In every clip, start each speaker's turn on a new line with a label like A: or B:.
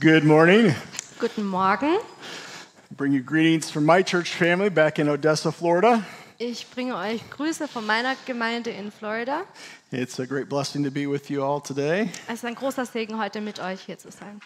A: Good morning.
B: Guten Morgen.
A: Bring you greetings from my church family back in Odessa, Florida.
B: Ich bringe euch Grüße von meiner Gemeinde in Florida.
A: It's a great blessing to be with you all today.
B: Es ist ein großer Segen, heute mit euch hier zu sein.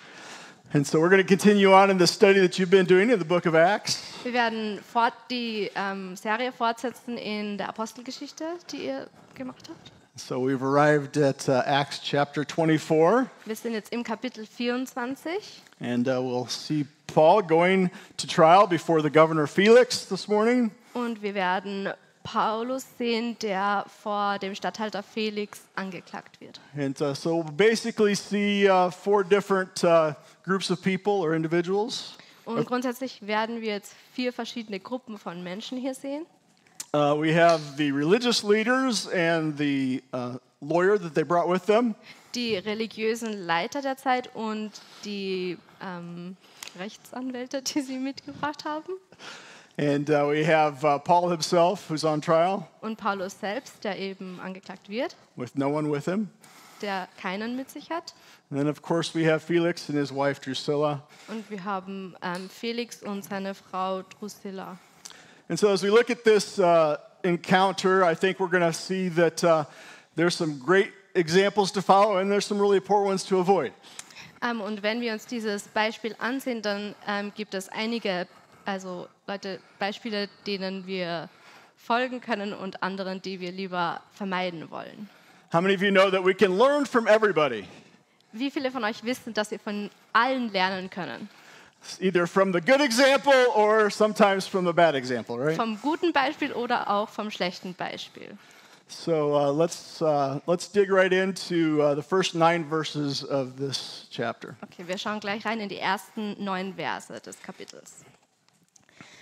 A: And so we're going to continue on in the study that you've been doing in the book of Acts.
B: Wir werden fort die ähm, Serie fortsetzen in der Apostelgeschichte, die ihr gemacht habt.
A: So we've arrived at uh, Acts chapter 24,
B: Wir sind jetzt im Kapitel 24
A: and uh, we'll see Paul going to trial before the governor Felix this morning.
B: und wir werden Paulus sehen, der vor dem Statthalter Felix angeklagt wird.
A: And uh, so we'll basically see uh, four different uh, groups of people or individuals.
B: Und grundsätzlich werden wir jetzt vier verschiedene Gruppen von Menschen hier sehen.
A: Uh, we have the religious leaders and the uh, lawyer that they brought with them.
B: die religiösen Leiter der Zeit und die ähm, Rechtsanwälte, die sie mitgebracht haben.
A: And uh, we have uh, Paul himself, who's on trial
B: Und Paulus selbst, der eben angeklagt wird,
A: with no one with him.
B: der keinen mit sich hat.
A: And then, of course, we have Felix and his wife Drusilla.
B: Und wir haben ähm, Felix und seine Frau Drusilla.
A: And so, as we look at this uh, encounter, I think we're going to see that uh, there's some great examples to follow and there's some really poor ones to avoid.
B: Ähm, und wenn wir uns dieses Beispiel ansehen, dann ähm, gibt es einige also Leute, Beispiele, denen wir folgen können und anderen, die wir lieber vermeiden wollen.
A: How many of you know that we can learn from everybody,
B: Wie viele von euch wissen, dass wir von allen lernen können?
A: either from the good example or sometimes from the bad example, right?
B: Vom guten Beispiel oder auch vom schlechten Beispiel.
A: So uh, let's uh, let's dig right into uh, the first nine verses of this chapter.
B: Okay, wir schauen gleich rein in die ersten neun Verse des Kapitels.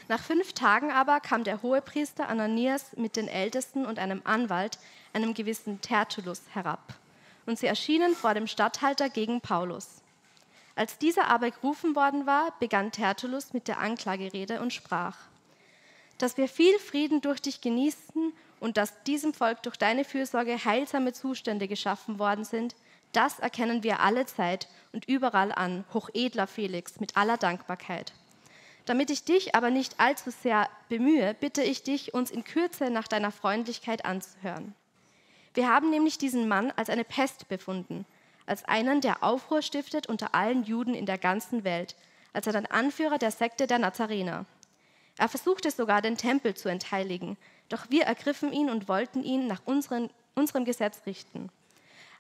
B: Nach fünf Tagen aber kam der Hohepriester Ananias mit den Ältesten und einem Anwalt, einem gewissen Tertullus, herab. Und sie erschienen vor dem Statthalter gegen Paulus. Als dieser aber gerufen worden war, begann Tertullus mit der Anklagerede und sprach: dass wir viel Frieden durch dich genießen und dass diesem Volk durch deine Fürsorge heilsame Zustände geschaffen worden sind, das erkennen wir alle Zeit und überall an, hochedler Felix, mit aller Dankbarkeit. Damit ich dich aber nicht allzu sehr bemühe, bitte ich dich, uns in Kürze nach deiner Freundlichkeit anzuhören. Wir haben nämlich diesen Mann als eine Pest befunden, als einen, der Aufruhr stiftet unter allen Juden in der ganzen Welt, als einen Anführer der Sekte der Nazarener. Er versuchte sogar, den Tempel zu entheiligen, doch wir ergriffen ihn und wollten ihn nach unseren, unserem Gesetz richten.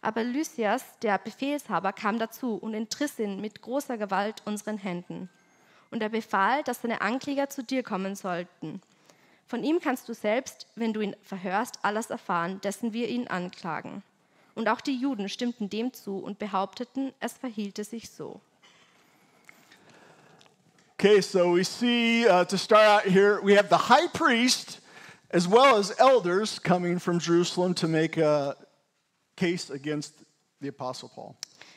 B: Aber Lysias, der Befehlshaber, kam dazu und entriss ihn mit großer Gewalt unseren Händen. Und er befahl, dass seine Ankläger zu dir kommen sollten. Von ihm kannst du selbst, wenn du ihn verhörst, alles erfahren, dessen wir ihn anklagen. Und auch die Juden stimmten dem zu und behaupteten, es verhielte sich so.
A: Okay, so we see uh, to start out here we have the high priest as well as elders coming from Jerusalem to make a case against the apostle Paul.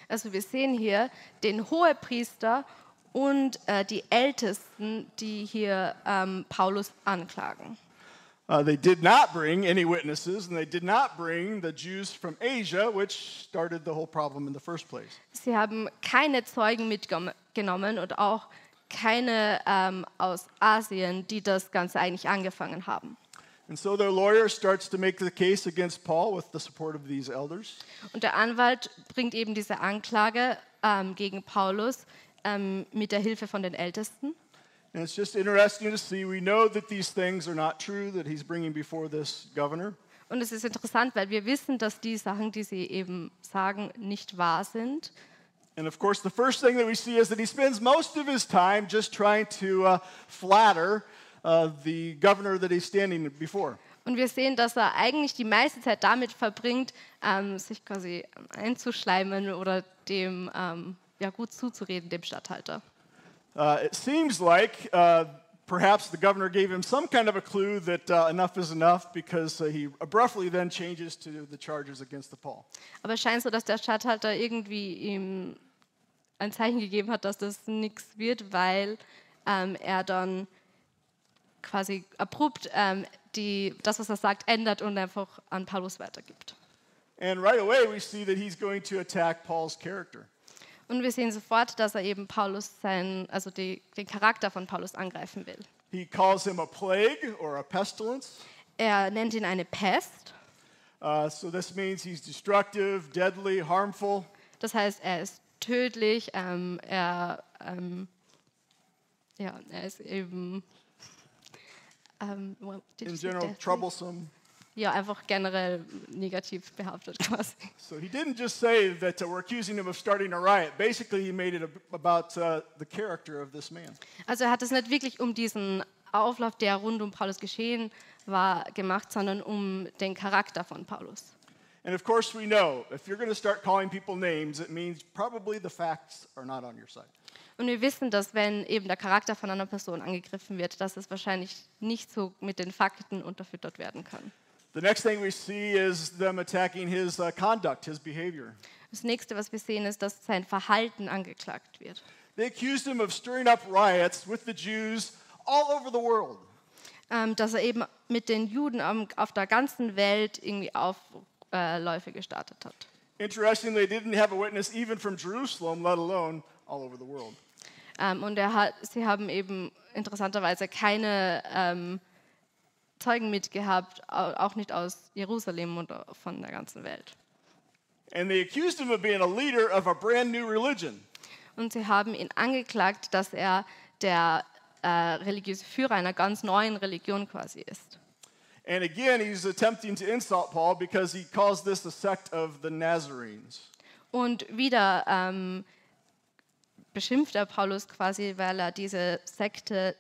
B: Also wir sehen hier den Hohepriester und äh, die Ältesten, die hier ähm, Paulus anklagen.
A: Uh, they did not bring any witnesses, and they did not bring the Jews from Asia, which started the whole problem in the first place.
B: Sie haben keine Zeugen mitgenommen und auch keine ähm, aus Asien, die das Ganze eigentlich angefangen haben.
A: And so their lawyer starts to make the case against Paul with the support of these elders.
B: Und der Anwalt bringt eben diese Anklage ähm, gegen Paulus ähm, mit der Hilfe von den Ältesten.
A: And it's just interesting to see. We know that these things are not true that he's bringing before this governor.
B: Und es ist interessant, weil wir wissen, dass die Sachen, die sie eben sagen, nicht wahr sind.
A: And of course, the first thing that we see is that he spends most of his time just trying to uh, flatter uh, the governor that he's standing before.
B: Und wir sehen, dass er eigentlich die meiste Zeit damit verbringt, ähm, sich quasi einzuschleimen oder dem ähm, ja, gut zuzureden, dem Statthalter.
A: Uh, it seems like uh, perhaps the governor gave him some kind of a clue that uh, enough is enough because uh, he abruptly then changes to the charges against the Paul.
B: Aber es scheint so, dass der Statthalter irgendwie ihm ein Zeichen gegeben hat, dass das nichts wird, weil ähm, er dann quasi abrupt ähm, die, das, was er sagt, ändert und einfach an Paulus weitergibt.
A: And right away, we see that he's going to attack Paul's character.
B: Und wir sehen sofort, dass er eben Paulus sein, also die, den Charakter von Paulus angreifen will.
A: He calls him a plague or a pestilence.
B: Er nennt ihn eine Pest.
A: Uh, so this means he's destructive, deadly, harmful.
B: Das heißt, er ist tödlich, ähm, er, ähm, ja, er ist eben ähm, well, did
A: In
B: you say
A: general,
B: death?
A: troublesome.
B: Ja, einfach generell negativ behaftet quasi.
A: So he didn't just say that uh, we're accusing him of starting a riot. Basically, he made it ab- about uh, the character of this man.
B: Also er hat es nicht wirklich um diesen Auflauf, der rund um Paulus geschehen war, gemacht, sondern um den Charakter von Paulus.
A: And of course, we know if you're going to start calling people names, it means probably the facts are not on your side.
B: Und wir wissen, dass wenn eben der Charakter von einer Person angegriffen wird, dass es wahrscheinlich nicht so mit den Fakten unterfüttert werden kann.
A: The next thing we see is them attacking his uh, conduct, his behavior.
B: Das nächste, was wir sehen, ist, dass sein Verhalten angeklagt wird.
A: They accused him of stirring up riots with the Jews all over the world.
B: Ähm, dass er eben mit den Juden am- auf der ganzen Welt irgendwie Aufläufe gestartet hat.
A: Interestingly, they didn't have a witness even from Jerusalem, let alone all over the world.
B: Ähm, und er hat, sie haben eben interessanterweise keine ähm, Zeugen mitgehabt, au- auch nicht aus Jerusalem und äh, von der ganzen Welt.
A: And they accused him of being a leader of a brand new religion.
B: Und sie haben ihn angeklagt, dass er der äh, religiöse Führer einer ganz neuen Religion quasi ist.
A: And again, he's attempting to insult Paul because he calls this a sect of the Nazarenes.
B: Und wieder ähm, beschimpft er Paulus quasi, weil er diese Sekte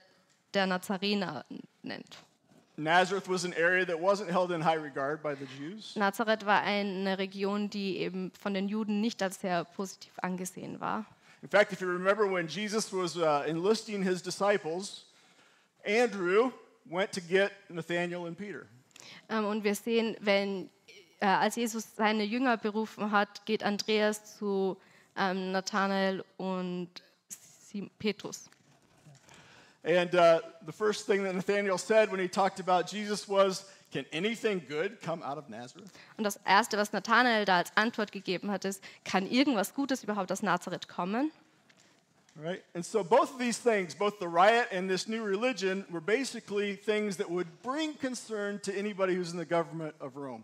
B: der Nazarener nennt.
A: Nazareth was an area that wasn't held in high regard by the Jews.
B: Nazareth war eine Region, die eben von den Juden nicht als sehr positiv angesehen war.
A: In fact, if you remember when Jesus was uh, enlisting his disciples, Andrew went to get Nathanael and Peter.
B: Ähm, und wir sehen, wenn, äh, als Jesus seine Jünger berufen hat, geht Andreas zu ähm, Nathanael und Sim Petrus.
A: And uh, the first thing that Nathanael said when he talked about Jesus was, Can anything good come out of Nazareth?
B: Und das Erste, was Nathanael da als Antwort gegeben hat, ist, kann irgendwas Gutes überhaupt aus Nazareth kommen?
A: All Right? And so both of these things, both the riot and this new religion, were basically things that would bring concern to anybody who's in the government of Rome.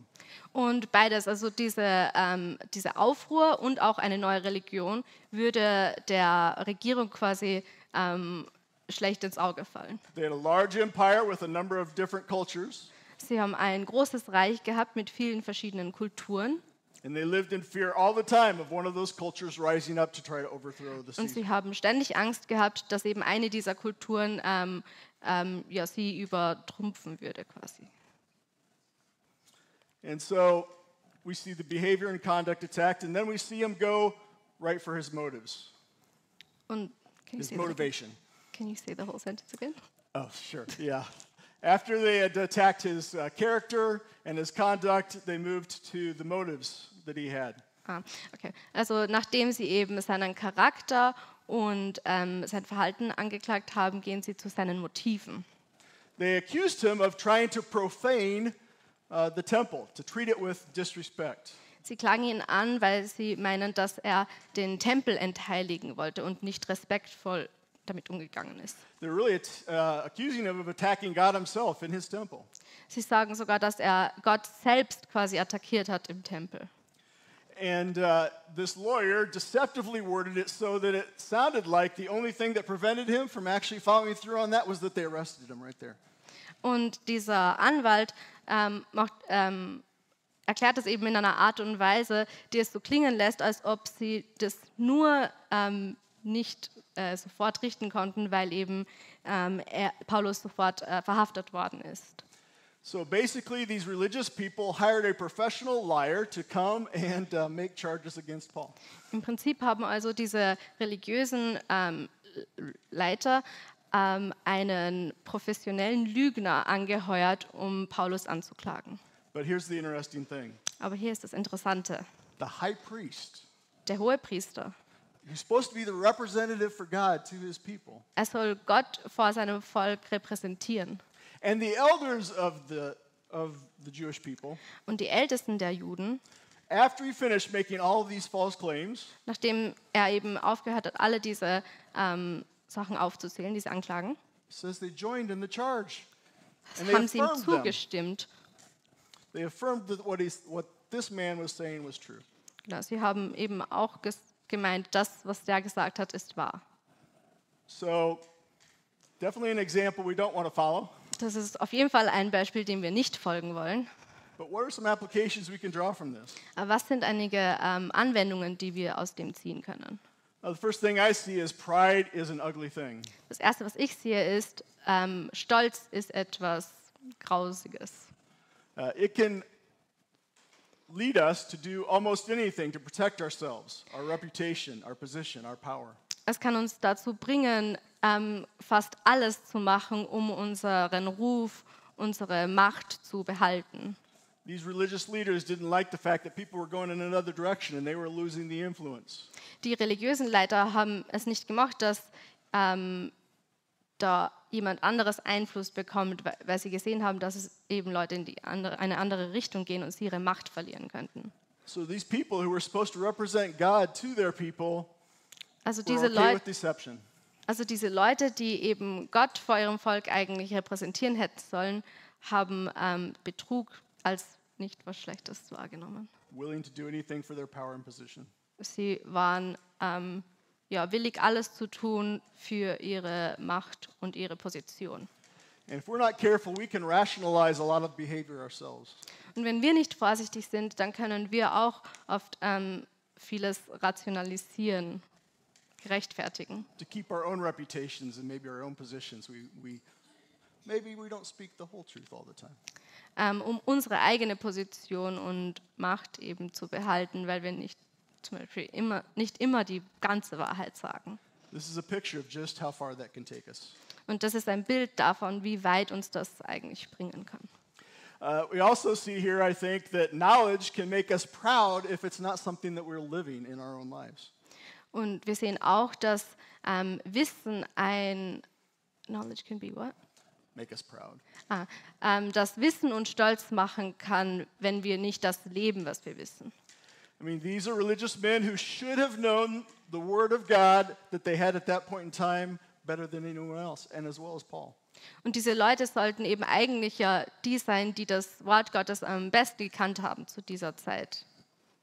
B: Und beides, also diese, ähm, diese Aufruhr und auch eine neue Religion, würde der Regierung quasi ähm, schlecht ins Auge fallen.
A: They had a large empire with a number of different cultures,
B: Sie haben ein großes Reich gehabt mit vielen verschiedenen Kulturen.
A: and they lived in fear all the time of one of those cultures rising up to try to overthrow the Caesar.
B: Und sie haben ständig Angst gehabt, dass eben eine dieser Kulturen ähm, ähm, ja, sie übertrumpfen würde quasi.
A: And so we see the behavior and conduct attacked, and then we see him go right for his motives,
B: Und can you,
A: his
B: say that again?
A: motivation.
B: can you say the whole sentence again?
A: Oh, sure. Yeah. After they had attacked his uh, character and his conduct, they moved to the motives that he had.
B: Ah, okay. Also nachdem sie eben seinen Charakter und ähm, sein Verhalten angeklagt haben, gehen sie zu seinen Motiven.
A: They accused him of trying to profane uh, the temple, to treat it with disrespect.
B: Sie klagen ihn an, weil sie meinen, dass er den Tempel entheiligen wollte und nicht respektvoll damit umgegangen ist.
A: They're really at- uh, accusing him of attacking God himself in his temple.
B: Sie sagen sogar, dass er Gott selbst quasi attackiert hat im Tempel.
A: And uh, this lawyer deceptively worded it so that it sounded like the only thing that prevented him from actually following through on that was that they arrested him right there.
B: Und dieser Anwalt ähm, macht, ähm, erklärt es eben in einer Art und Weise, die es so klingen lässt, als ob sie das nur ähm, nicht äh, sofort richten konnten, weil eben ähm, er, Paulus sofort äh, verhaftet worden ist.
A: So basically, these religious people hired a professional liar to come and uh, make charges against Paul.
B: Im Prinzip haben also diese religiösen ähm, Leiter ähm, einen professionellen Lügner angeheuert, um Paulus anzuklagen.
A: But here's the interesting thing
B: Aber hier ist das Interessante.
A: the high priest,
B: Der Hohepriester
A: who's supposed to be the representative for God to his people,
B: Er soll Gott vor seinem Volk repräsentieren.
A: and the elders of the, of the Jewish people
B: Und die Ältesten der Juden
A: After he finished making all of these false claims,
B: Nachdem er eben aufgehört hat, alle diese ähm, Sachen aufzuzählen, diese Anklagen,
A: it says they joined in the charge. And they
B: haben sie ihm
A: affirmed them.
B: zugestimmt.
A: They affirmed that what, he's, what this man was saying was true.
B: Genau, sie haben eben auch ges- gemeint, das, was der gesagt hat, ist wahr.
A: So, definitely an example we don't want to follow.
B: Das ist auf jeden Fall ein Beispiel, dem wir nicht folgen wollen.
A: But what are some applications we can draw from this?
B: Aber was sind einige ähm, Anwendungen, die wir aus dem ziehen können?
A: Now, the first thing I see is pride is an ugly thing.
B: Das Erste, was ich sehe, ist, ähm, Stolz ist etwas Grausiges.
A: Uh, it can lead us to do almost anything to protect ourselves, our reputation, our position, our power.
B: Es kann uns dazu bringen, ähm, fast alles zu machen, um unseren Ruf, unsere Macht zu behalten.
A: These religious leaders didn't like the fact that people were going in another direction and they were losing the influence.
B: Die religiösen Leiter haben es nicht gemacht, dass ähm, da jemand anderes Einfluss bekommt, we- weil sie gesehen haben, dass es eben Leute in die andere, eine andere Richtung gehen und sie ihre Macht verlieren könnten.
A: So these people who were supposed to represent God to their people
B: Also
A: were
B: diese,
A: okay
B: Leut,
A: with deception.
B: also diese Leute, die eben Gott vor ihrem Volk eigentlich repräsentieren hätten sollen, haben ähm, Betrug als nicht was Schlechtes wahrgenommen.
A: willing to do anything for their power and position.
B: Sie waren ähm, ja, willig, alles zu tun für ihre Macht und ihre Position.
A: And if we're not careful, we can rationalize a lot of behavior ourselves.
B: Und wenn wir nicht vorsichtig sind, dann können wir auch oft ähm, vieles rationalisieren, gerechtfertigen.
A: To keep our own reputations and maybe our own positions, we, we maybe we don't speak the whole truth all the time.
B: ähm, um unsere eigene Position und Macht eben zu behalten, weil wir nicht zum Beispiel immer, nicht immer die ganze Wahrheit sagen.
A: This is a picture of just how far that can take us.
B: Und das ist ein Bild davon, wie weit uns das eigentlich bringen kann.
A: Uh, we also see here, I think, that knowledge can make us proud if it's not something that we're living in our own lives.
B: Und wir sehen auch, dass ähm, Wissen ein Knowledge can be what?
A: Make us proud.
B: Ah, ähm, das Wissen uns stolz machen kann, wenn wir nicht das leben, was wir wissen.
A: I mean, these are religious men who should have known the Word of God that they had at that point in time better than anyone else, and as well as Paul.
B: Und diese Leute sollten eben eigentlich ja die sein, die das Wort Gottes am besten gekannt haben zu dieser Zeit.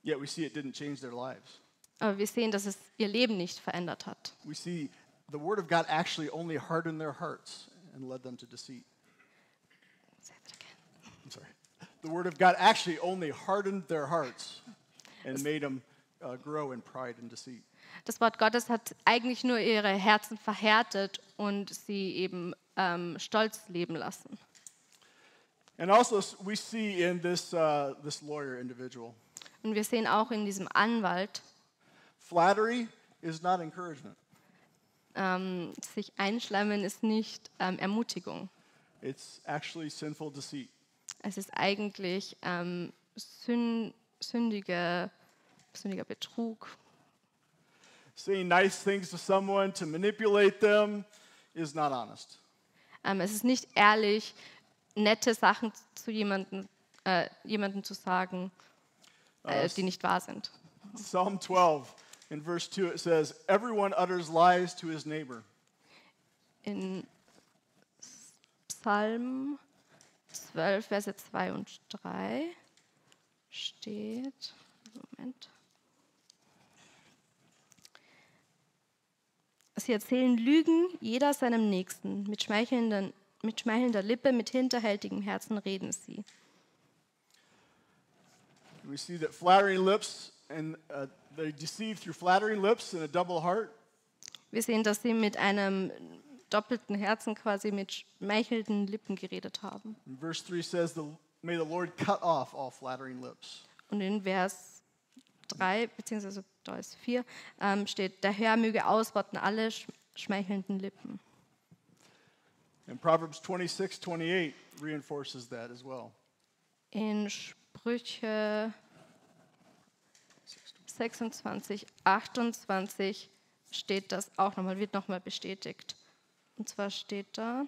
A: Yet we see it didn't change their lives.
B: Aber wir sehen, dass es ihr Leben nicht verändert hat.
A: We see the word of God actually only hardened their hearts and led them to deceit. I'm sorry. The word of God actually only hardened their hearts and made them uh, grow in pride and deceit.
B: Das Wort Gottes hat eigentlich nur ihre Herzen verhärtet und sie eben ähm, stolz leben lassen.
A: And also, s- we see in this, uh, this lawyer individual
B: Und wir sehen auch in diesem Anwalt
A: flattery is not encouragement,
B: ähm, sich einschleimen ist nicht ähm, Ermutigung.
A: it's actually sinful deceit.
B: Es ist eigentlich ähm, sün sündige, sündiger Betrug.
A: Saying nice things to someone to manipulate them is not honest.
B: Ähm, es ist nicht ehrlich, nette Sachen zu jemandem, äh, jemandem zu sagen, äh, die nicht wahr sind.
A: Psalm 12, in verse 2, it says, Everyone utters lies to his neighbor.
B: in Psalm 12, Verse 2 und 3 steht, Moment. Sie erzählen Lügen, jeder seinem Nächsten. Mit, schmeichelnden, mit schmeichelnder Lippe, mit hinterhältigem Herzen reden sie.
A: And we see that flattering lips, and uh, they deceive through flattering lips and a double heart.
B: Wir sehen, dass sie mit einem doppelten Herzen quasi mit schmeichelnden Lippen geredet haben.
A: And verse 3 says, the, May the Lord cut off all flattering lips.
B: Und in Vers 3, beziehungsweise da ist 4, ähm, steht, der Herr möge ausrotten alle sch schmeichelnden Lippen.
A: And Proverbs 26, 28 reinforces that as well.
B: In Sprüche 26, 28 steht das auch nochmal, wird nochmal bestätigt. Und zwar steht da,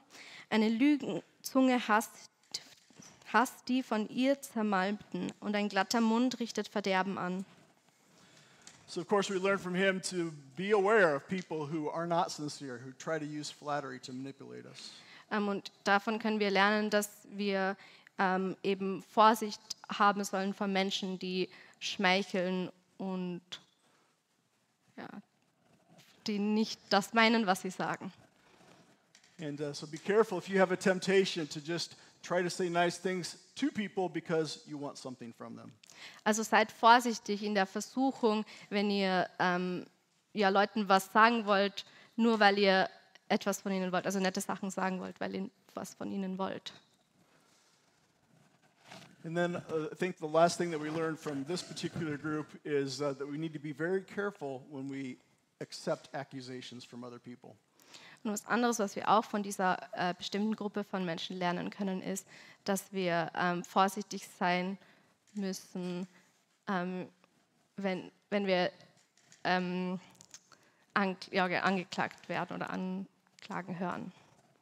B: eine Lügenzunge hasst, umfasst die von ihr Zermalmten und ein glatter Mund richtet Verderben an.
A: So, of course, we learn from him to be aware of people who are not sincere, who try to use flattery to manipulate us.
B: Ähm, und davon können wir lernen, dass wir ähm, eben Vorsicht haben sollen vor Menschen, die schmeicheln und ja, die nicht das meinen, was sie sagen.
A: And uh, so be careful if you have a temptation to just try to say nice things to people because you want something from them.
B: Also seid vorsichtig in der Versuchung, wenn ihr ähm, ja, Leuten was sagen wollt, nur weil ihr etwas von ihnen wollt, also nette Sachen sagen wollt, weil ihr was von ihnen wollt.
A: And then uh, I think the last thing that we learned from this particular group is uh, that we need to be very careful when we accept accusations from other people.
B: Und was anderes, was wir auch von dieser äh, bestimmten Gruppe von Menschen lernen können, ist, dass wir ähm, vorsichtig sein müssen, ähm, wenn, wenn wir ähm, ang ja, ge- angeklagt werden oder Anklagen hören.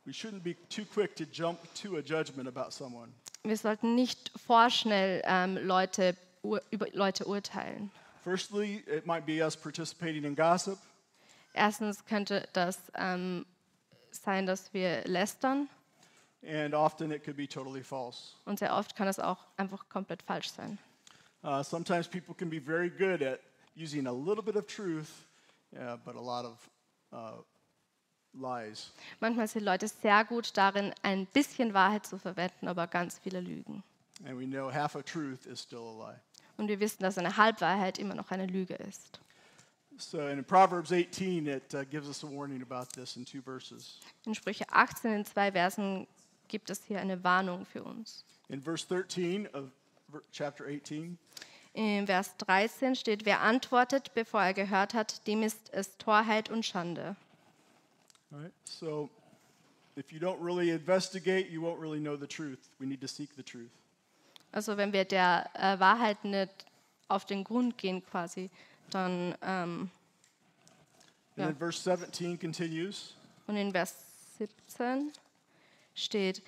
A: We shouldn't be too quick to jump to a judgment about someone.
B: Wir sollten nicht vorschnell ähm, Leute, ur über Leute urteilen.
A: Firstly, it might be us participating in gossip.
B: Erstens könnte das ähm, sein, dass wir lästern
A: and often it could be totally false.
B: und sehr oft kann das auch einfach komplett falsch sein.
A: Uh, sometimes people can be very good at using a little bit of truth, uh, but a lot of uh, lies.
B: Manchmal sind Leute sehr gut darin, ein bisschen Wahrheit zu verwenden, aber ganz viele Lügen.
A: And we know half a truth is still a lie.
B: Und wir wissen, dass eine Halbwahrheit immer noch eine Lüge ist.
A: So, and in Proverbs 18, it uh, gives us a warning about this in two verses.
B: In Sprüche 18 in zwei Versen gibt es hier eine Warnung für uns.
A: In verse 13 of ver- chapter 18,
B: In Vers 13 steht, wer antwortet, bevor er gehört hat, dem ist es Torheit und Schande.
A: all right, so if you don't really investigate, you won't really know the truth. We need to seek the truth.
B: Also wenn wir der äh, Wahrheit nicht auf den Grund gehen quasi, dann ähm,
A: And then
B: Yeah.
A: verse 17 continues.
B: Und in Vers 17 steht,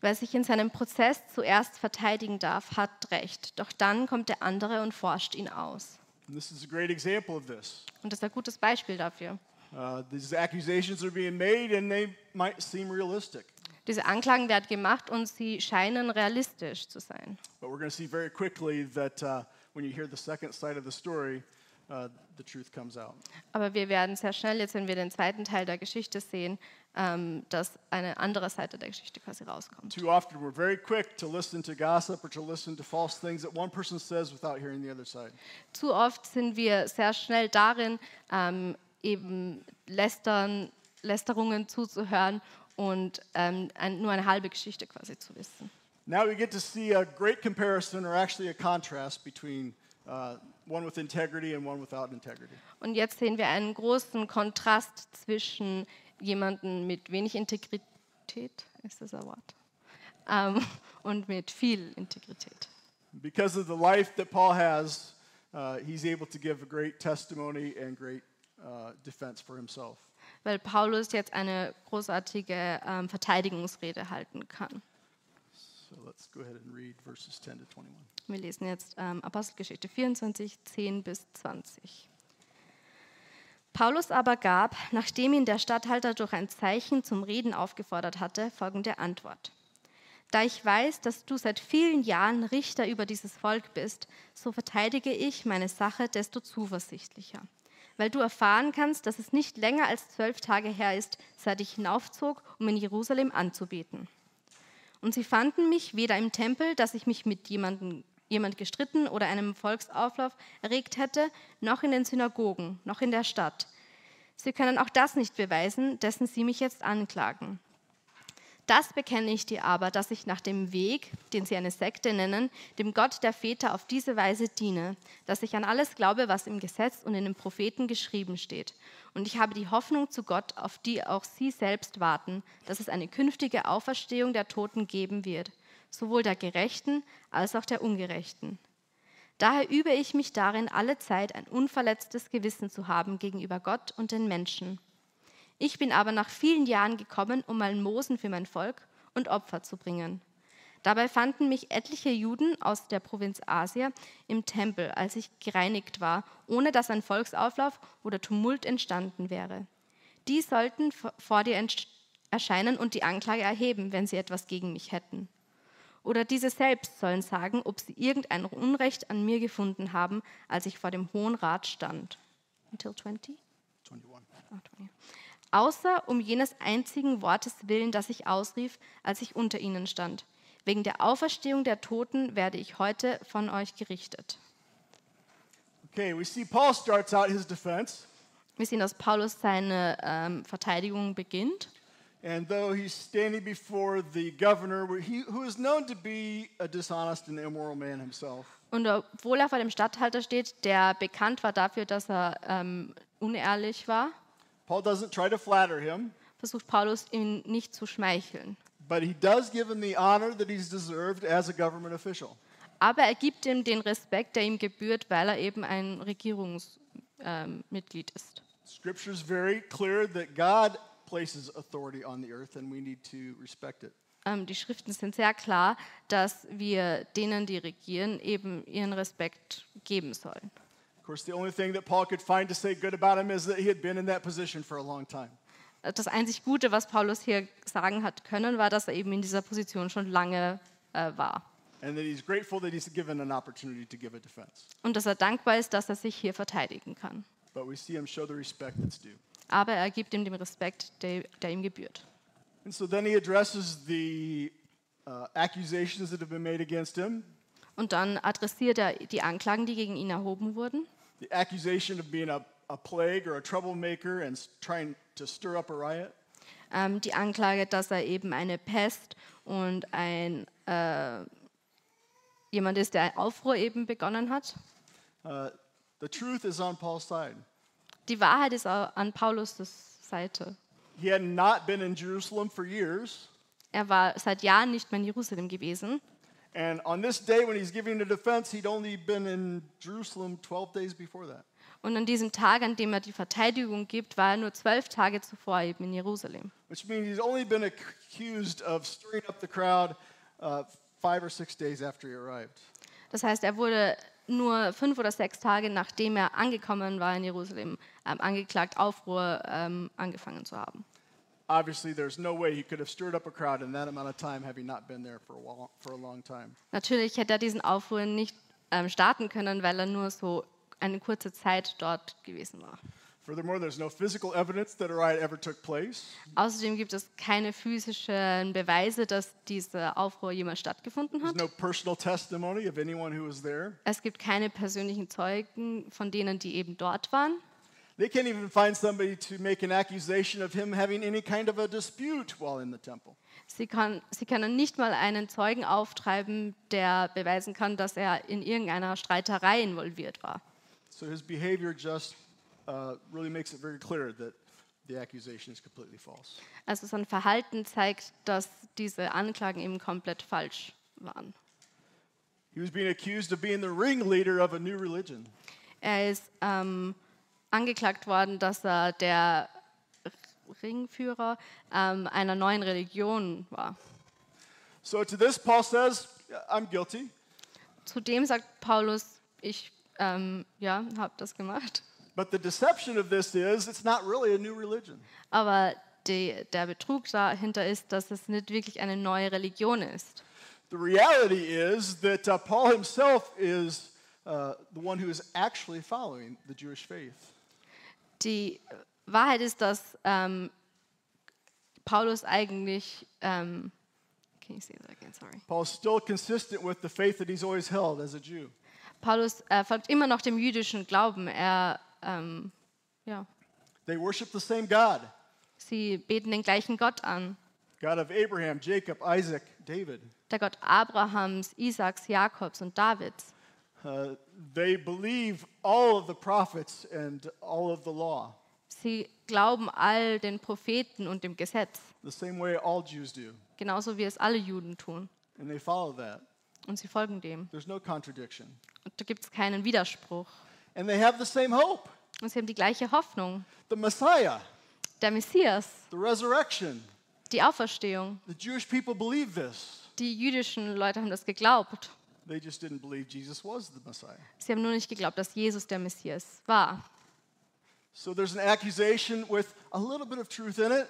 B: wer sich in seinem Prozess zuerst verteidigen darf, hat Recht. Doch dann kommt der andere und forscht ihn aus.
A: And this is a great example of this.
B: Und das ist ein gutes Beispiel dafür.
A: Uh, these accusations are being made and they might seem realistic,
B: Diese Anklagen werden gemacht und sie scheinen realistisch zu sein.
A: but we're going to see very quickly that uh, when you hear the second side of the story, uh, the truth comes out.
B: Aber wir werden sehr schnell, jetzt wenn wir den zweiten Teil der Geschichte sehen, ähm, dass eine andere Seite der Geschichte quasi rauskommt.
A: Too often, we're very quick to listen to gossip or to listen to false things that one person says without hearing the other side.
B: Zu oft sind wir sehr schnell darin, ähm, eben Lästern, Lästerungen zuzuhören und ähm, ein, nur eine halbe Geschichte quasi zu wissen.
A: Now we get to see a great comparison or actually a contrast between uh, one with integrity and one without integrity.
B: Und jetzt sehen wir einen großen Kontrast zwischen jemandem mit wenig Integrität, ist das ein Wort, ähm, und mit viel Integrität.
A: Because of the life that Paul has, uh, he's able to give a great testimony and great uh, defense for himself.
B: Weil Paulus jetzt eine großartige ähm, Verteidigungsrede halten kann.
A: So let's go ahead and read verses 10 to 21.
B: Wir lesen jetzt ähm, Apostelgeschichte 24, 10 bis 20. Paulus aber gab, nachdem ihn der Statthalter durch ein Zeichen zum Reden aufgefordert hatte, folgende Antwort. Da ich weiß, dass du seit vielen Jahren Richter über dieses Volk bist, so verteidige ich meine Sache desto zuversichtlicher, weil du erfahren kannst, dass es nicht länger als zwölf Tage her ist, seit ich hinaufzog, um in Jerusalem anzubeten. Und sie fanden mich weder im Tempel, dass ich mich mit jemandem jemand gestritten oder einem Volksauflauf erregt hätte, noch in den Synagogen, noch in der Stadt. Sie können auch das nicht beweisen, dessen sie mich jetzt anklagen. Das bekenne ich dir aber, dass ich nach dem Weg, den sie eine Sekte nennen, dem Gott der Väter auf diese Weise diene, dass ich an alles glaube, was im Gesetz und in den Propheten geschrieben steht. Und ich habe die Hoffnung zu Gott, auf die auch sie selbst warten, dass es eine künftige Auferstehung der Toten geben wird, sowohl der Gerechten als auch der Ungerechten. Daher übe ich mich darin, alle Zeit ein unverletztes Gewissen zu haben gegenüber Gott und den Menschen. Ich bin aber nach vielen Jahren gekommen, um Almosen für mein Volk und Opfer zu bringen. Dabei fanden mich etliche Juden aus der Provinz Asia im Tempel, als ich gereinigt war, ohne dass ein Volksauflauf oder Tumult entstanden wäre. Die sollten v- vor dir entst- erscheinen und die Anklage erheben, wenn sie etwas gegen mich hätten. Oder diese selbst sollen sagen, ob sie irgendein Unrecht an mir gefunden haben, als ich vor dem Hohen Rat stand. Until 20?
A: 21.
B: Ah, 20. Außer um jenes einzigen Wortes willen, das ich ausrief, als ich unter ihnen stand. Wegen der Auferstehung der Toten werde ich heute von euch gerichtet.
A: Okay, we see Paul starts out his defense,
B: Wir sehen, dass Paulus seine ähm, Verteidigung beginnt.
A: and though he's standing before the governor, where he, who is known to be a dishonest and immoral man himself,
B: Und obwohl er vor dem Statthalter steht, der bekannt war dafür, dass er ähm, unehrlich war,
A: Paul doesn't try to flatter him,
B: versucht Paulus, ihn nicht zu schmeicheln.
A: but he does give him the honor that he's deserved as a government official.
B: Aber er gibt ihm den Respekt, der ihm gebührt, weil er eben ein Regierungsmitglied ähm, Mitglied ist.
A: Scripture's very clear that God places authority on the earth, and we need to respect it.
B: Ähm, die Schriften sind sehr klar, dass wir denen, die regieren, eben ihren Respekt geben sollen.
A: Of course, the only thing that Paul could find to say good about him is that he had been in that position for a long time.
B: Das einzig Gute, was Paulus hier sagen hat können, war, dass er eben in dieser Position schon lange äh, war.
A: and that he's grateful that he's given an opportunity to give a defense.
B: Und dass er dankbar ist, dass er sich hier verteidigen kann.
A: But we see him show the respect that's due.
B: Aber er gibt ihm den Respekt, der, der ihm gebührt.
A: And so then he addresses the uh, accusations that have been made against him
B: Und dann adressiert er die Anklagen, die gegen ihn erhoben wurden.
A: the accusation of being a, a plague or a troublemaker and s- trying to stir up a riot,
B: Ähm, die Anklage, dass er eben eine Pest und ein äh, jemand ist, der ein Aufruhr eben begonnen hat.
A: uh, the truth is on Paul's side.
B: Die Wahrheit ist au- an Paulus Seite.
A: He had not been in Jerusalem for years.
B: Er war seit Jahren nicht mehr in Jerusalem gewesen.
A: And on this day when he's giving the defense, he'd only been in Jerusalem 12 days before that.
B: Und an diesem Tag, an dem er die Verteidigung gibt, war er nur zwölf Tage zuvor eben in Jerusalem.
A: which means he's only been accused of stirring up the crowd uh, five or six days after he arrived.
B: Das heißt, er wurde nur fünf oder sechs Tage, nachdem er angekommen war in Jerusalem, ähm, angeklagt, Aufruhr ähm, angefangen zu haben.
A: Obviously, there's no way he could have stirred up a crowd in that amount of time had he not been there for a, while, for a long time.
B: Natürlich hätte er diesen Aufruhr nicht ähm, starten können, weil er nur so eine kurze Zeit dort gewesen war.
A: Furthermore, there's no physical evidence that a riot ever took place.
B: Außerdem gibt es keine physischen Beweise, dass dieser Aufruhr jemals stattgefunden
A: There's
B: hat.
A: no personal testimony of anyone who was there.
B: Es gibt keine persönlichen Zeugen von denen, die eben dort waren.
A: They can't even find somebody to make an accusation of him having any kind of a dispute while in the temple.
B: Sie, kann, sie können nicht mal einen Zeugen auftreiben, der beweisen kann, dass er in irgendeiner Streiterei involviert war.
A: So his behavior just uh, really makes it very clear that the accusation is completely false.
B: Also sein Verhalten zeigt, dass diese Anklagen eben komplett falsch waren.
A: He was being accused of being the ringleader of a new religion.
B: Er ist ähm, angeklagt worden, dass er der Ringführer ähm, einer neuen Religion war.
A: So to this, Paul says, I'm guilty.
B: Zudem sagt Paulus, ich ähm, ja, habe das gemacht.
A: But the deception of this is it's not really a new religion.
B: Aber die, der Betrug dahinter ist, dass es nicht wirklich eine neue Religion ist.
A: The reality is that uh, Paul himself is uh, the one who is actually following the Jewish faith.
B: Die Wahrheit ist, dass ähm, Paulus eigentlich. Ähm, can you say that again? Sorry.
A: Paul's still consistent with the faith that he's always held as a Jew.
B: Paulus äh, folgt immer noch dem jüdischen Glauben. Er, ähm, ja,
A: They worship the same God,
B: sie beten den gleichen Gott an.
A: God of Abraham, Jacob, Isaac, David.
B: Der Gott Abrahams, Isaaks, Jakobs und Davids.
A: Uh, they believe all of the prophets and all of the law,
B: Sie glauben all den Propheten und dem Gesetz,
A: the same way all Jews do.
B: genauso wie es alle Juden tun.
A: And they follow that.
B: Und sie folgen dem.
A: There's no contradiction.
B: Und da gibt es keinen Widerspruch.
A: And they have the same hope
B: Und sie haben die gleiche Hoffnung.
A: the Messiah,
B: Der Messias,
A: the resurrection.
B: die Auferstehung.
A: The Jewish people believe this.
B: Die jüdischen Leute haben das geglaubt.
A: They just didn't believe Jesus was the Messiah.
B: Sie haben nur nicht geglaubt, dass Jesus der Messias war.
A: So there's an accusation with a little bit of truth in it,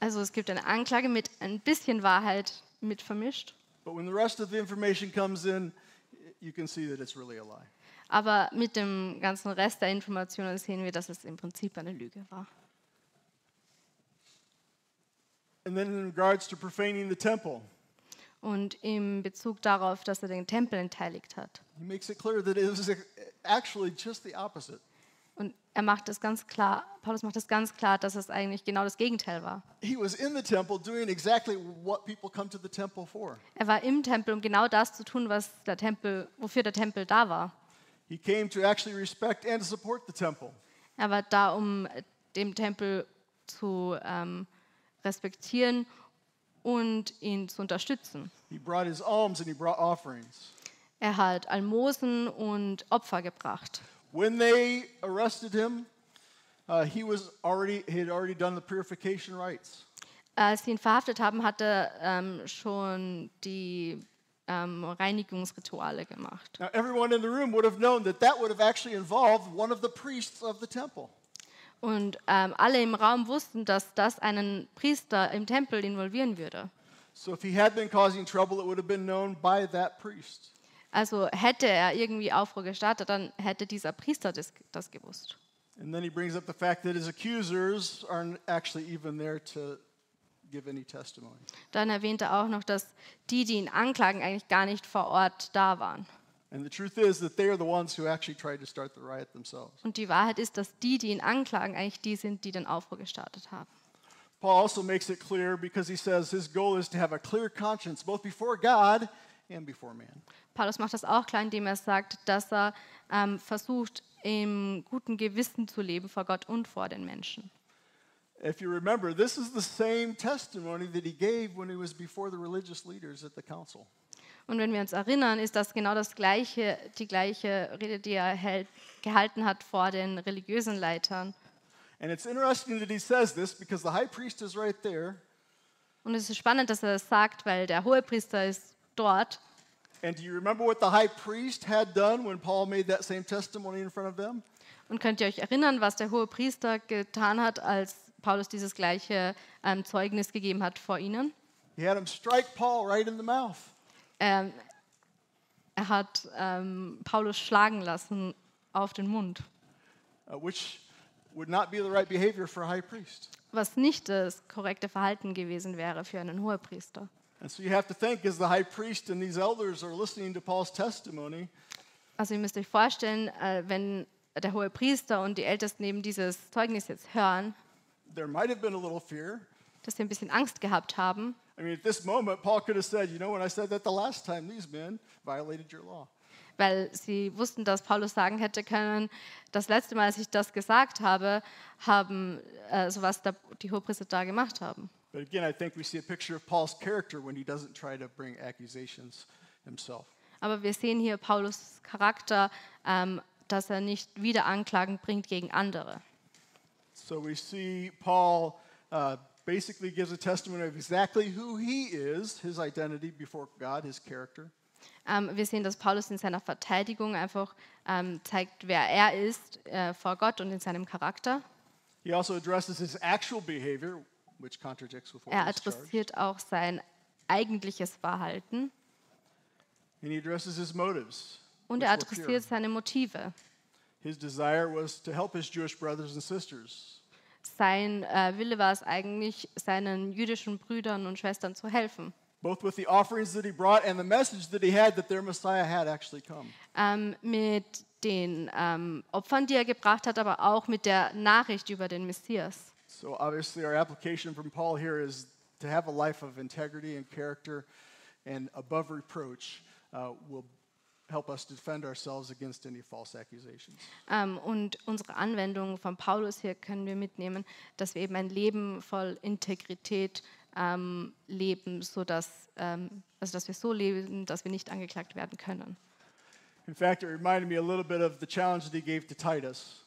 B: Also es gibt eine Anklage mit ein bisschen Wahrheit mit vermischt.
A: but when the rest of the information comes in, you can see that it's really a lie.
B: Aber mit dem ganzen Rest der Informationen sehen wir, dass es im Prinzip eine Lüge war.
A: And then in regards to profaning the temple,
B: Und im Bezug darauf, dass er den Tempel entheiligt hat.
A: he makes it clear that it was actually just the opposite.
B: Und er macht es ganz klar, Paulus macht es ganz klar, dass es eigentlich genau das Gegenteil war.
A: He was in the temple doing exactly what people come to the temple for.
B: Er war im Tempel, um genau das zu tun, was der Tempel, wofür der Tempel da war.
A: He came to actually respect and to support the temple.
B: Er war da, um äh, dem Tempel zu ähm, respektieren und ihn zu unterstützen.
A: He brought his alms and he brought offerings.
B: Er hat Almosen und Opfer gebracht.
A: When they arrested him, uh, he was already he had already done the purification rites.
B: Als sie ihn verhaftet haben, hat er ähm, schon die ähm, Reinigungsrituale gemacht.
A: Now everyone in the room would have known that that would have actually involved one of the priests of the temple.
B: Und ähm, alle im Raum wussten, dass das einen Priester im Tempel involvieren würde.
A: So if he had been causing trouble, it would have been known by that priest.
B: Also hätte er irgendwie Aufruhr gestartet, dann hätte dieser Priester das, das gewusst.
A: And then he brings up the fact that his accusers aren't actually even there to give any testimony.
B: Dann erwähnt er auch noch, dass die, die ihn anklagen, eigentlich gar nicht vor Ort da waren.
A: And the truth is that they are the ones who actually tried to start the riot themselves.
B: Und die Wahrheit ist, dass die, die ihn anklagen, eigentlich die sind, die den Aufruhr gestartet haben.
A: Paul also makes it clear because he says his goal is to have a clear conscience both before God and before man.
B: Paulus macht das auch klar, indem er sagt, dass er ähm, versucht, im guten Gewissen zu leben vor Gott und vor den Menschen.
A: If you remember, this is the same testimony that he gave when he was before the religious leaders at the council.
B: Und wenn wir uns erinnern, ist das genau das gleiche, die gleiche Rede, die er hält, gehalten hat vor den religiösen Leitern.
A: And it's interesting that he says this because the high priest is right there.
B: Und es ist spannend, dass er das sagt, weil der Hohepriester ist dort.
A: And do you remember what the high priest had done when Paul made that same testimony in front of them?
B: Und könnt ihr euch erinnern, was der Hohepriester getan hat, als Paulus dieses gleiche ähm, Zeugnis gegeben hat vor ihnen?
A: He had him strike Paul right in the mouth.
B: Ähm, er hat ähm, Paulus schlagen lassen auf den Mund,
A: uh, which would not be the right behavior for a high priest.
B: was nicht das korrekte Verhalten gewesen wäre für einen Hohepriester.
A: And so you have to think as the high priest and these elders are listening to Paul's testimony,
B: Also ihr müsst euch vorstellen, äh, wenn der Hohepriester und die Ältesten eben dieses Zeugnis jetzt hören,
A: there might have been a little fear.
B: dass sie ein bisschen Angst gehabt haben.
A: I mean, at this moment, Paul could have said, You know, when I said that the last time, these men violated your law.
B: weil sie wussten, dass Paulus sagen hätte können, das letzte Mal, als ich das gesagt habe, haben äh, sowas da, die Hohepriester da gemacht haben.
A: But again, I think we see a picture of Paul's character when he doesn't try to bring accusations himself.
B: Aber wir sehen hier Paulus Charakter, ähm, dass er nicht wieder Anklagen bringt gegen andere.
A: So we see Paul uh, basically gives a testimony of exactly who he is, his identity before God, his character.
B: Ähm, wir sehen, dass Paulus in seiner Verteidigung einfach ähm, zeigt, wer er ist äh, vor Gott und in seinem Charakter.
A: He also addresses his actual behavior, which contradicts with what
B: Er
A: was charged.
B: adressiert auch sein eigentliches Verhalten
A: And he addresses his motives.
B: und
A: which
B: er
A: were pure.
B: adressiert seine Motive.
A: His desire was to help his Jewish brothers and sisters.
B: Sein äh, Wille war es eigentlich, seinen jüdischen Brüdern und Schwestern zu helfen.
A: Both with the offerings that he brought and the message that he had that their Messiah had actually come.
B: Ähm, mit den ähm, Opfern, die er gebracht hat, aber auch mit der Nachricht über den Messias.
A: So, obviously, our application from Paul here is to have a life of integrity and character and above reproach uh, will help us defend ourselves against any false accusations.
B: Ähm, und unsere Anwendung von Paulus hier können wir mitnehmen, dass wir eben ein Leben voll Integrität ähm, leben, sodass, ähm, also dass wir so leben, dass wir nicht angeklagt werden können.
A: In fact, it reminded me a little bit of the challenge that he gave to Titus.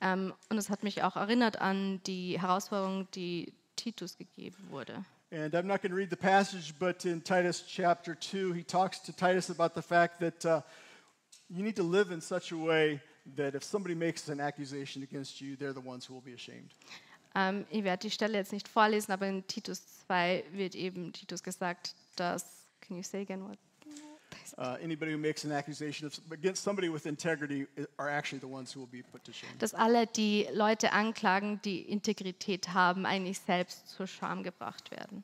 B: Ähm, und es hat mich auch erinnert an die Herausforderung, die Titus gegeben wurde.
A: And I'm not going to read the passage, but in Titus chapter 2, he talks to Titus about the fact that uh, you need to live in such a way that if somebody makes an accusation against you, they're the ones who will be ashamed.
B: Ähm, ich werde die Stelle jetzt nicht vorlesen, aber in Titus 2 wird eben Titus gesagt, dass. Can you say again what?
A: Uh, anybody who makes an accusation of, against somebody with integrity are actually the ones who will be put to shame.
B: Dass alle, die Leute anklagen, die Integrität haben, eigentlich selbst zur Scham gebracht werden.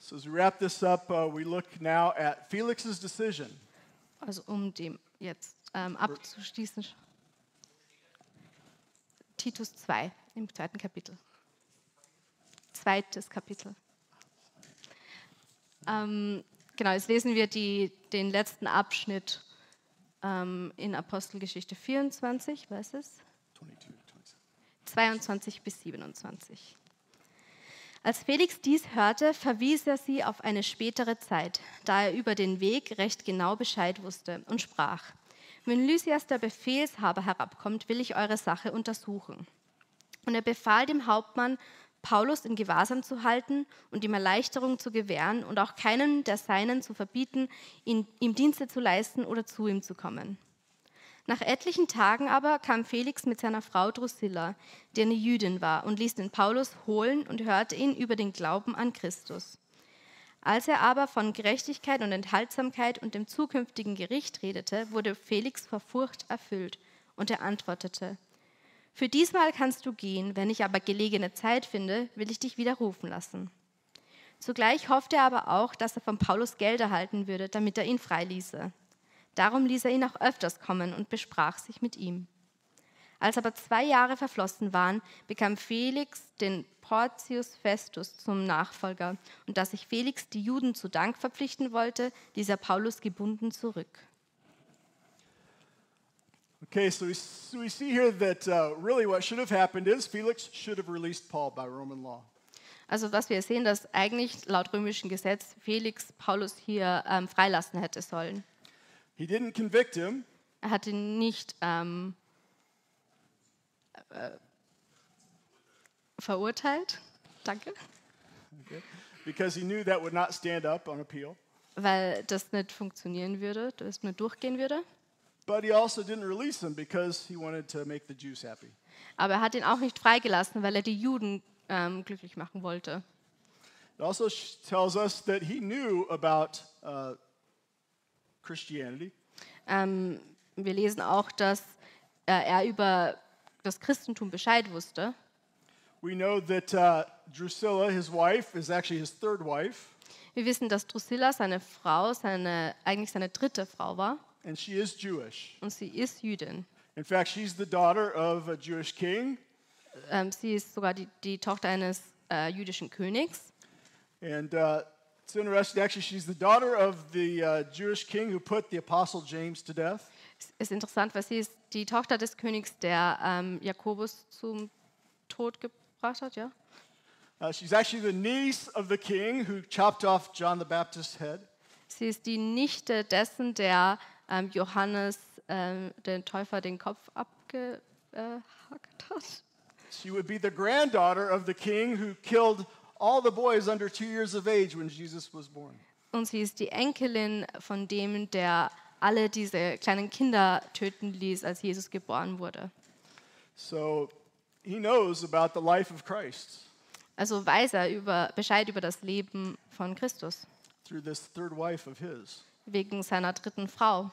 A: So as we wrap this up, uh, we look now at Felix's decision.
B: Also um dem jetzt ähm, abzuschließen. Titus 2 im zweiten Kapitel. Zweites Kapitel. Ähm, genau, jetzt lesen wir die, den letzten Abschnitt ähm, in Apostelgeschichte 24, was ist?
A: 22, 27.
B: 22 bis 27. Als Felix dies hörte, verwies er sie auf eine spätere Zeit, da er über den Weg recht genau Bescheid wusste und sprach, wenn Lysias der Befehlshaber herabkommt, will ich eure Sache untersuchen. Und er befahl dem Hauptmann, Paulus in Gewahrsam zu halten und ihm Erleichterung zu gewähren und auch keinem der Seinen zu verbieten, ihn, ihm Dienste zu leisten oder zu ihm zu kommen. Nach etlichen Tagen aber kam Felix mit seiner Frau Drusilla, die eine Jüdin war, und ließ den Paulus holen und hörte ihn über den Glauben an Christus. Als er aber von Gerechtigkeit und Enthaltsamkeit und dem zukünftigen Gericht redete, wurde Felix vor Furcht erfüllt, und er antwortete, Für diesmal kannst du gehen, wenn ich aber gelegene Zeit finde, will ich dich wieder rufen lassen. Zugleich hoffte er aber auch, dass er von Paulus Geld erhalten würde, damit er ihn freiließe. Darum ließ er ihn auch öfters kommen und besprach sich mit ihm. Als aber zwei Jahre verflossen waren, bekam Felix den Porcius Festus zum Nachfolger, und da sich Felix die Juden zu Dank verpflichten wollte, ließ er Paulus gebunden zurück.
A: Okay, so we, so we see here that uh, really what should have happened is Felix should have released Paul by Roman law.
B: Also was wir sehen, dass eigentlich laut römischem Gesetz Felix Paulus hier ähm, freilassen hätte sollen.
A: He didn't convict him,
B: Er hatte nicht ähm, äh, verurteilt, danke,
A: okay, because he knew that would not stand up on appeal.
B: weil das nicht funktionieren würde, das nicht durchgehen würde.
A: But he also didn't release him because he wanted to make the Jews happy.
B: Aber er hat ihn auch nicht freigelassen, weil er die Juden ähm, glücklich machen wollte.
A: It also sh- tells us that he knew about uh, Christianity,
B: Ähm, wir lesen auch, dass äh, er über das Christentum Bescheid wusste.
A: We know that uh, Drusilla, his wife, is actually his third wife,
B: Wir wissen, dass Drusilla seine Frau, seine, eigentlich seine dritte Frau war
A: and she is Jewish.
B: und sie ist Jüdin.
A: In fact, she's the daughter of a Jewish king,
B: Ähm, sie ist sogar die, die Tochter eines äh, jüdischen Königs.
A: and uh, it's interesting. Actually, she's the daughter of the uh, Jewish king who put the apostle James to death.
B: Es ist interessant, weil sie ist die Tochter des Königs, der ähm, Jakobus zum Tod gebracht hat, ja?
A: Uh, she's actually the niece of the king who chopped off John the Baptist's head.
B: Sie ist die Nichte dessen, der ähm, Johannes ähm, den Täufer den Kopf abgehackt hat.
A: She would be the granddaughter of the king who killed all the boys under two years of age when Jesus was born.
B: Und sie ist die Enkelin von dem, der alle diese kleinen Kinder töten ließ, als Jesus geboren wurde.
A: So he knows about the life of Christ
B: Also weiß er über, Bescheid über das Leben von Christus
A: through this third wife of his.
B: wegen seiner dritten Frau.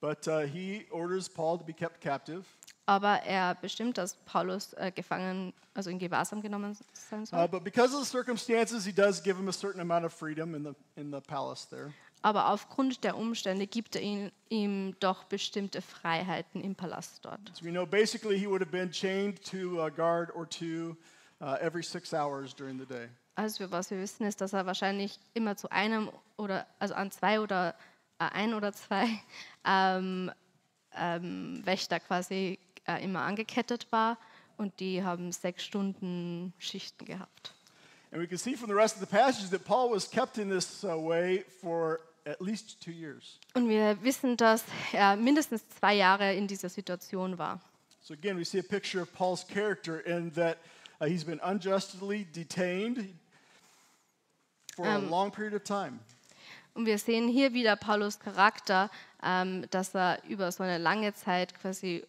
A: But uh, he orders Paul to be kept captive.
B: Aber er bestimmt, dass Paulus äh, gefangen, also in Gewahrsam genommen sein soll.
A: Uh, but because of the circumstances, he does give him a certain amount of freedom in the, in the palace there.
B: Aber aufgrund der Umstände gibt er ihn, ihm doch bestimmte Freiheiten im Palast dort.
A: So we know basically he would have been chained to a guard or two uh, every six hours during the day.
B: Also was wir wissen ist, dass er wahrscheinlich immer zu einem oder also an zwei oder äh, ein oder zwei ähm, ähm, Wächter quasi äh, immer angekettet war und die haben sechs Stunden Schichten gehabt.
A: And we can see from the rest of the passage that Paul was kept in this uh, way for at least two years.
B: Und wir wissen, dass er mindestens zwei Jahre in dieser Situation war.
A: So again, we see a picture of Paul's character in that uh, he's been unjustly detained. for a long period of time.
B: Und wir sehen hier wieder Paulus Charakter, ähm, dass er über so eine lange Zeit quasi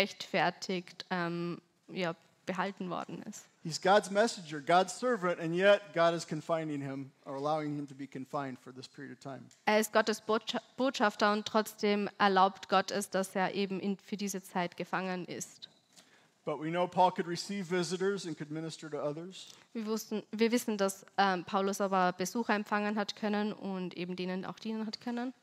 B: ungerechtfertigt ähm, ja, behalten worden ist.
A: He's God's messenger, God's servant, and yet God is confining him or allowing him to be confined for this period of time.
B: Er ist Gottes Botscha- Botschafter und trotzdem erlaubt Gott es, dass er eben in, für diese Zeit gefangen ist.
A: But we know Paul could receive visitors and could minister to others.
B: Wir, wussten, wir wissen, dass ähm, Paulus aber Besucher empfangen hat können und eben denen auch dienen hat können.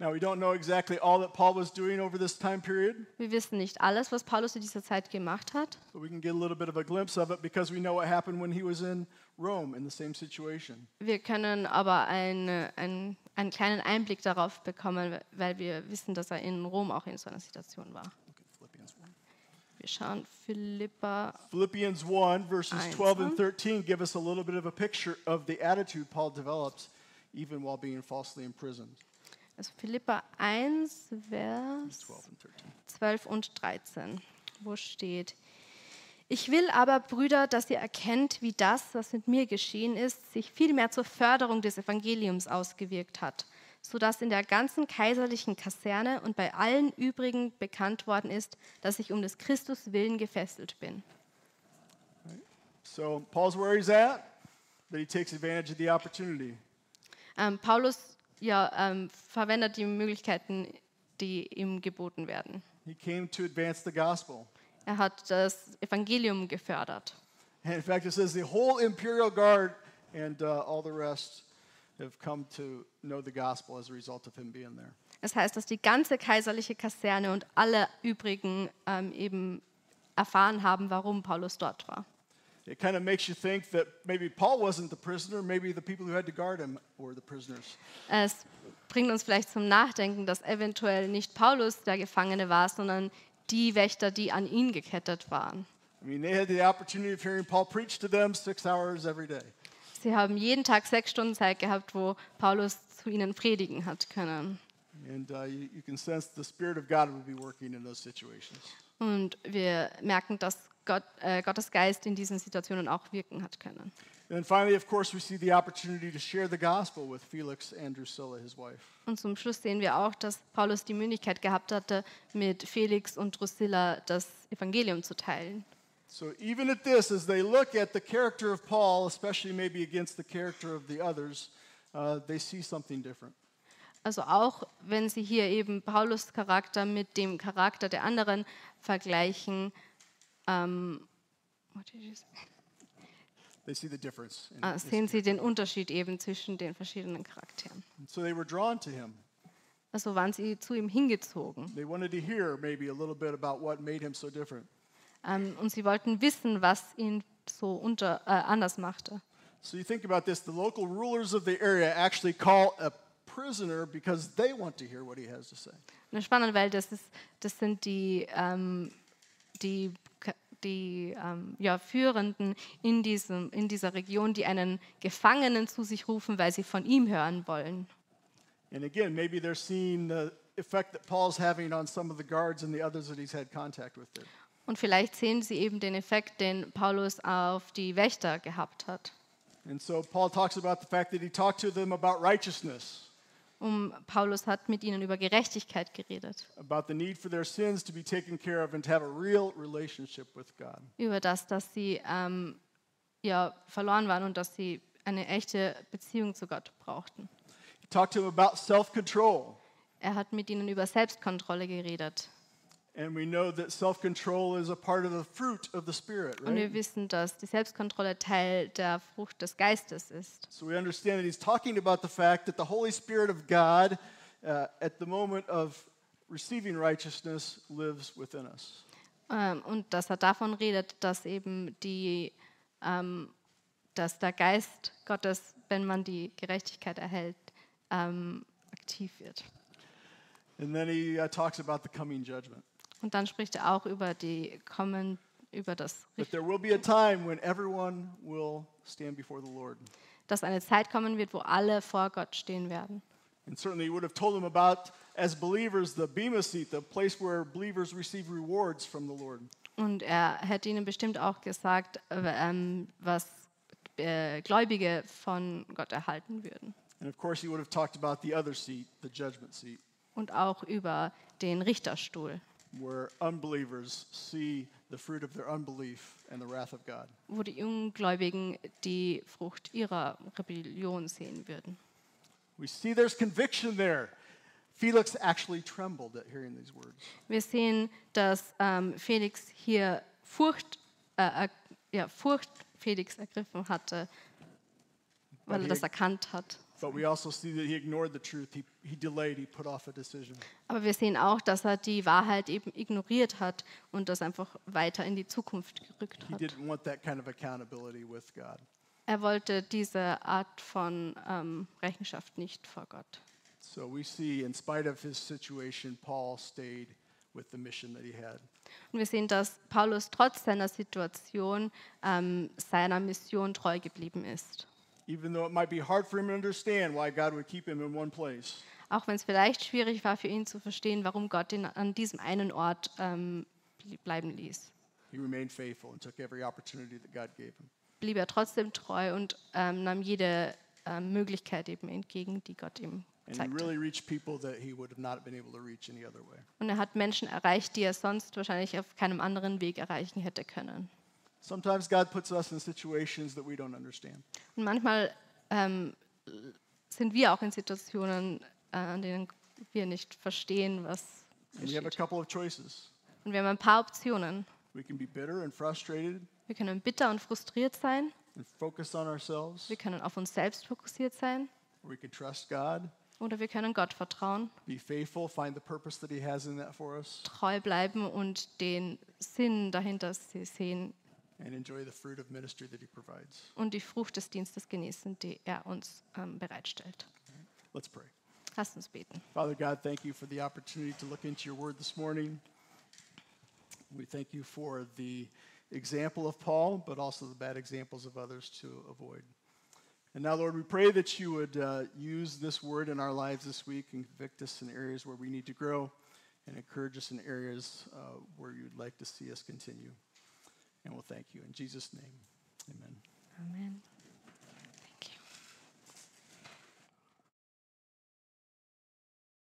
A: Now, we don't know exactly all that Paul was doing over this time period,
B: Wir wissen nicht alles, was Paulus in dieser Zeit gemacht hat,
A: but we can get a little bit of a glimpse of it because we know what happened when he was in Rome in the same situation.
B: Wir können aber eine, ein, einen kleinen Einblick darauf bekommen, weil wir wissen, dass er in Rom auch in so einer Situation war.
A: Look at Philippians 1.
B: Wir schauen Philippa.
A: Philippians 1, verses
B: Eins,
A: 12
B: ne?
A: and 13 give us a little bit of a picture of the attitude Paul develops even while being falsely imprisoned.
B: Also Philippa 1, Vers
A: 12 and 13.
B: 12 und 13, wo steht, ich will aber, Brüder, dass ihr erkennt, wie das, was mit mir geschehen ist, sich vielmehr zur Förderung des Evangeliums ausgewirkt hat, sodass in der ganzen kaiserlichen Kaserne und bei allen übrigen bekannt worden ist, dass ich um des Christus willen gefesselt bin.
A: So Paul's where he's at, but he takes advantage of the opportunity.
B: Ähm, Paulus ja, ähm, verwendet die Möglichkeiten, die ihm geboten werden.
A: He came to advance the gospel.
B: Er hat das Evangelium gefördert.
A: And in fact, it says the whole imperial guard and uh, all the rest have come to know the gospel as a result of him being there.
B: Das heißt, dass die ganze kaiserliche Kaserne und alle übrigen ähm, eben erfahren haben, warum Paulus dort war.
A: It kind of makes you think that maybe Paul wasn't the prisoner, maybe the people who had to guard him were the prisoners.
B: Es bringt uns vielleicht zum Nachdenken, dass eventuell nicht Paulus der Gefangene war, sondern die Wächter, die an ihn gekettet waren.
A: I mean, they had the opportunity of hearing Paul preach to them six hours every day.
B: Sie haben jeden Tag sechs Stunden Zeit gehabt, wo Paulus zu ihnen predigen hat können.
A: And uh, you, you can sense the Spirit of God would be working in those situations.
B: Und wir merken, dass Gott, äh, Gottes Geist in diesen Situationen auch wirken hat können.
A: And then finally, of course, we see the opportunity to share the gospel with Felix and Drusilla, his wife.
B: Und zum Schluss sehen wir auch, dass Paulus die Möglichkeit gehabt hatte, mit Felix und Drusilla das Evangelium zu teilen.
A: So even at this, as they look at the character of Paul, especially maybe against the character of the others, uh, they see something different.
B: Also auch wenn sie hier eben Paulus Charakter mit dem Charakter der anderen vergleichen, ähm, what did you say?
A: They see the difference. in
B: ah,
A: his-
B: sehen sie den Unterschied eben zwischen den verschiedenen Charakteren.
A: so they were drawn to him.
B: Also waren sie zu ihm hingezogen
A: They wanted to hear maybe a little bit about what made him so different.
B: ähm, und sie wollten wissen, was ihn so unter, äh, anders machte.
A: So you think about this the local rulers of the area actually call a prisoner because they want to hear what he has to say.
B: Eine spannende Welt, das, ist, das sind die, ähm, die, die ähm, ja, Führenden in, diesem, in dieser Region, die einen Gefangenen zu sich rufen, weil sie von ihm hören wollen.
A: And again, maybe they're seeing the effect that Paul's having on some of the guards and the others that he's had contact with there.
B: Und vielleicht sehen sie eben den Effekt, den Paulus auf die Wächter gehabt hat.
A: And so Paul talks about the fact that he talked to them about righteousness,
B: Um, Paulus hat mit ihnen über Gerechtigkeit geredet,
A: about the need for their sins to be taken care of and to have a real relationship with God.
B: über das, dass sie ähm, ja, verloren waren und dass sie eine echte Beziehung zu Gott brauchten.
A: He talked to them about self control.
B: Er hat mit ihnen über Selbstkontrolle geredet.
A: And we know that self control is a part of the fruit of the Spirit,
B: Und wir
A: right?
B: wissen, dass die Selbstkontrolle Teil der Frucht des Geistes ist.
A: So we understand that he's talking about the fact that the Holy Spirit of God, uh, at the moment of receiving righteousness, lives within us.
B: Ähm, und dass er davon redet, dass eben die, ähm, dass der Geist Gottes, wenn man die Gerechtigkeit erhält, ähm, aktiv wird.
A: And then he uh, talks about the coming judgment.
B: Und dann spricht er auch über die Kommen, über das,
A: But there will be a time when everyone will stand before the Lord.
B: dass eine Zeit kommen wird, wo alle vor Gott stehen werden.
A: And certainly he would have told them about, as believers, the Bema seat, the place where believers receive rewards from the Lord.
B: Und er hätte ihnen bestimmt auch gesagt, äh, ähm, was äh, Gläubige von Gott erhalten würden.
A: And of course, he would have talked about the other seat, the judgment seat,
B: Und auch über den Richterstuhl,
A: where unbelievers see the fruit of their unbelief and the wrath of God.
B: wo die Ungläubigen die Frucht ihrer Rebellion sehen würden.
A: We see there's conviction there. Felix actually trembled at hearing these words.
B: Wir sehen, dass ähm, Felix hier Furcht, äh, er- ja, Furcht Felix ergriffen hatte, weil er das erkannt hat.
A: But we also see that he ignored the truth. He, he delayed, he put off a decision.
B: Aber wir sehen auch, dass er die Wahrheit eben ignoriert hat und das einfach weiter in die Zukunft gerückt
A: He
B: hat.
A: didn't want that kind of accountability with God.
B: Er wollte diese Art von ähm, Rechenschaft nicht vor Gott.
A: So we see, in spite of his situation, Paul stayed with the mission that he had.
B: Und wir sehen, dass Paulus trotz seiner Situation ähm, seiner Mission treu geblieben ist.
A: Even though it might be hard for him to understand why God would keep him in one place,
B: Auch wenn es vielleicht schwierig war für ihn zu verstehen, warum Gott ihn an diesem einen Ort ähm, blie- bleiben ließ,
A: he remained faithful and took every opportunity that God gave him.
B: blieb er trotzdem treu und ähm, nahm jede ähm, Möglichkeit eben entgegen, die Gott ihm
A: And he
B: zeigte.
A: really reached people that he would have not been able to reach any other way.
B: Und er hat Menschen erreicht, die er sonst wahrscheinlich auf keinem anderen Weg erreichen hätte können.
A: Sometimes God puts us in situations that we don't understand.
B: Und manchmal ähm, sind wir auch in Situationen, äh, an denen wir nicht verstehen, was
A: And we have a
B: geschieht.
A: couple of choices.
B: Und wir haben ein paar Optionen.
A: We can be bitter and frustrated
B: Wir können bitter und frustriert sein.
A: and focus on ourselves.
B: Wir können auf uns selbst fokussiert sein.
A: We can trust God,
B: Oder wir können Gott vertrauen,
A: be faithful, find the purpose that He has in that for us,
B: treu bleiben und den Sinn dahinter se- sehen
A: and enjoy the fruit of ministry that He provides.
B: und die Frucht des Dienstes genießen, die er uns ähm, bereitstellt.
A: Let's pray.
B: Lasst uns beten.
A: Father God, thank you for the opportunity to look into your word this morning. We thank you for the example of Paul, but also the bad examples of others to avoid. And now, Lord, we pray that you would uh, use this word in our lives this week and convict us in areas where we need to grow and encourage us in areas uh, where you'd like to see us continue. And we'll thank you. In Jesus' name, amen.
B: Amen.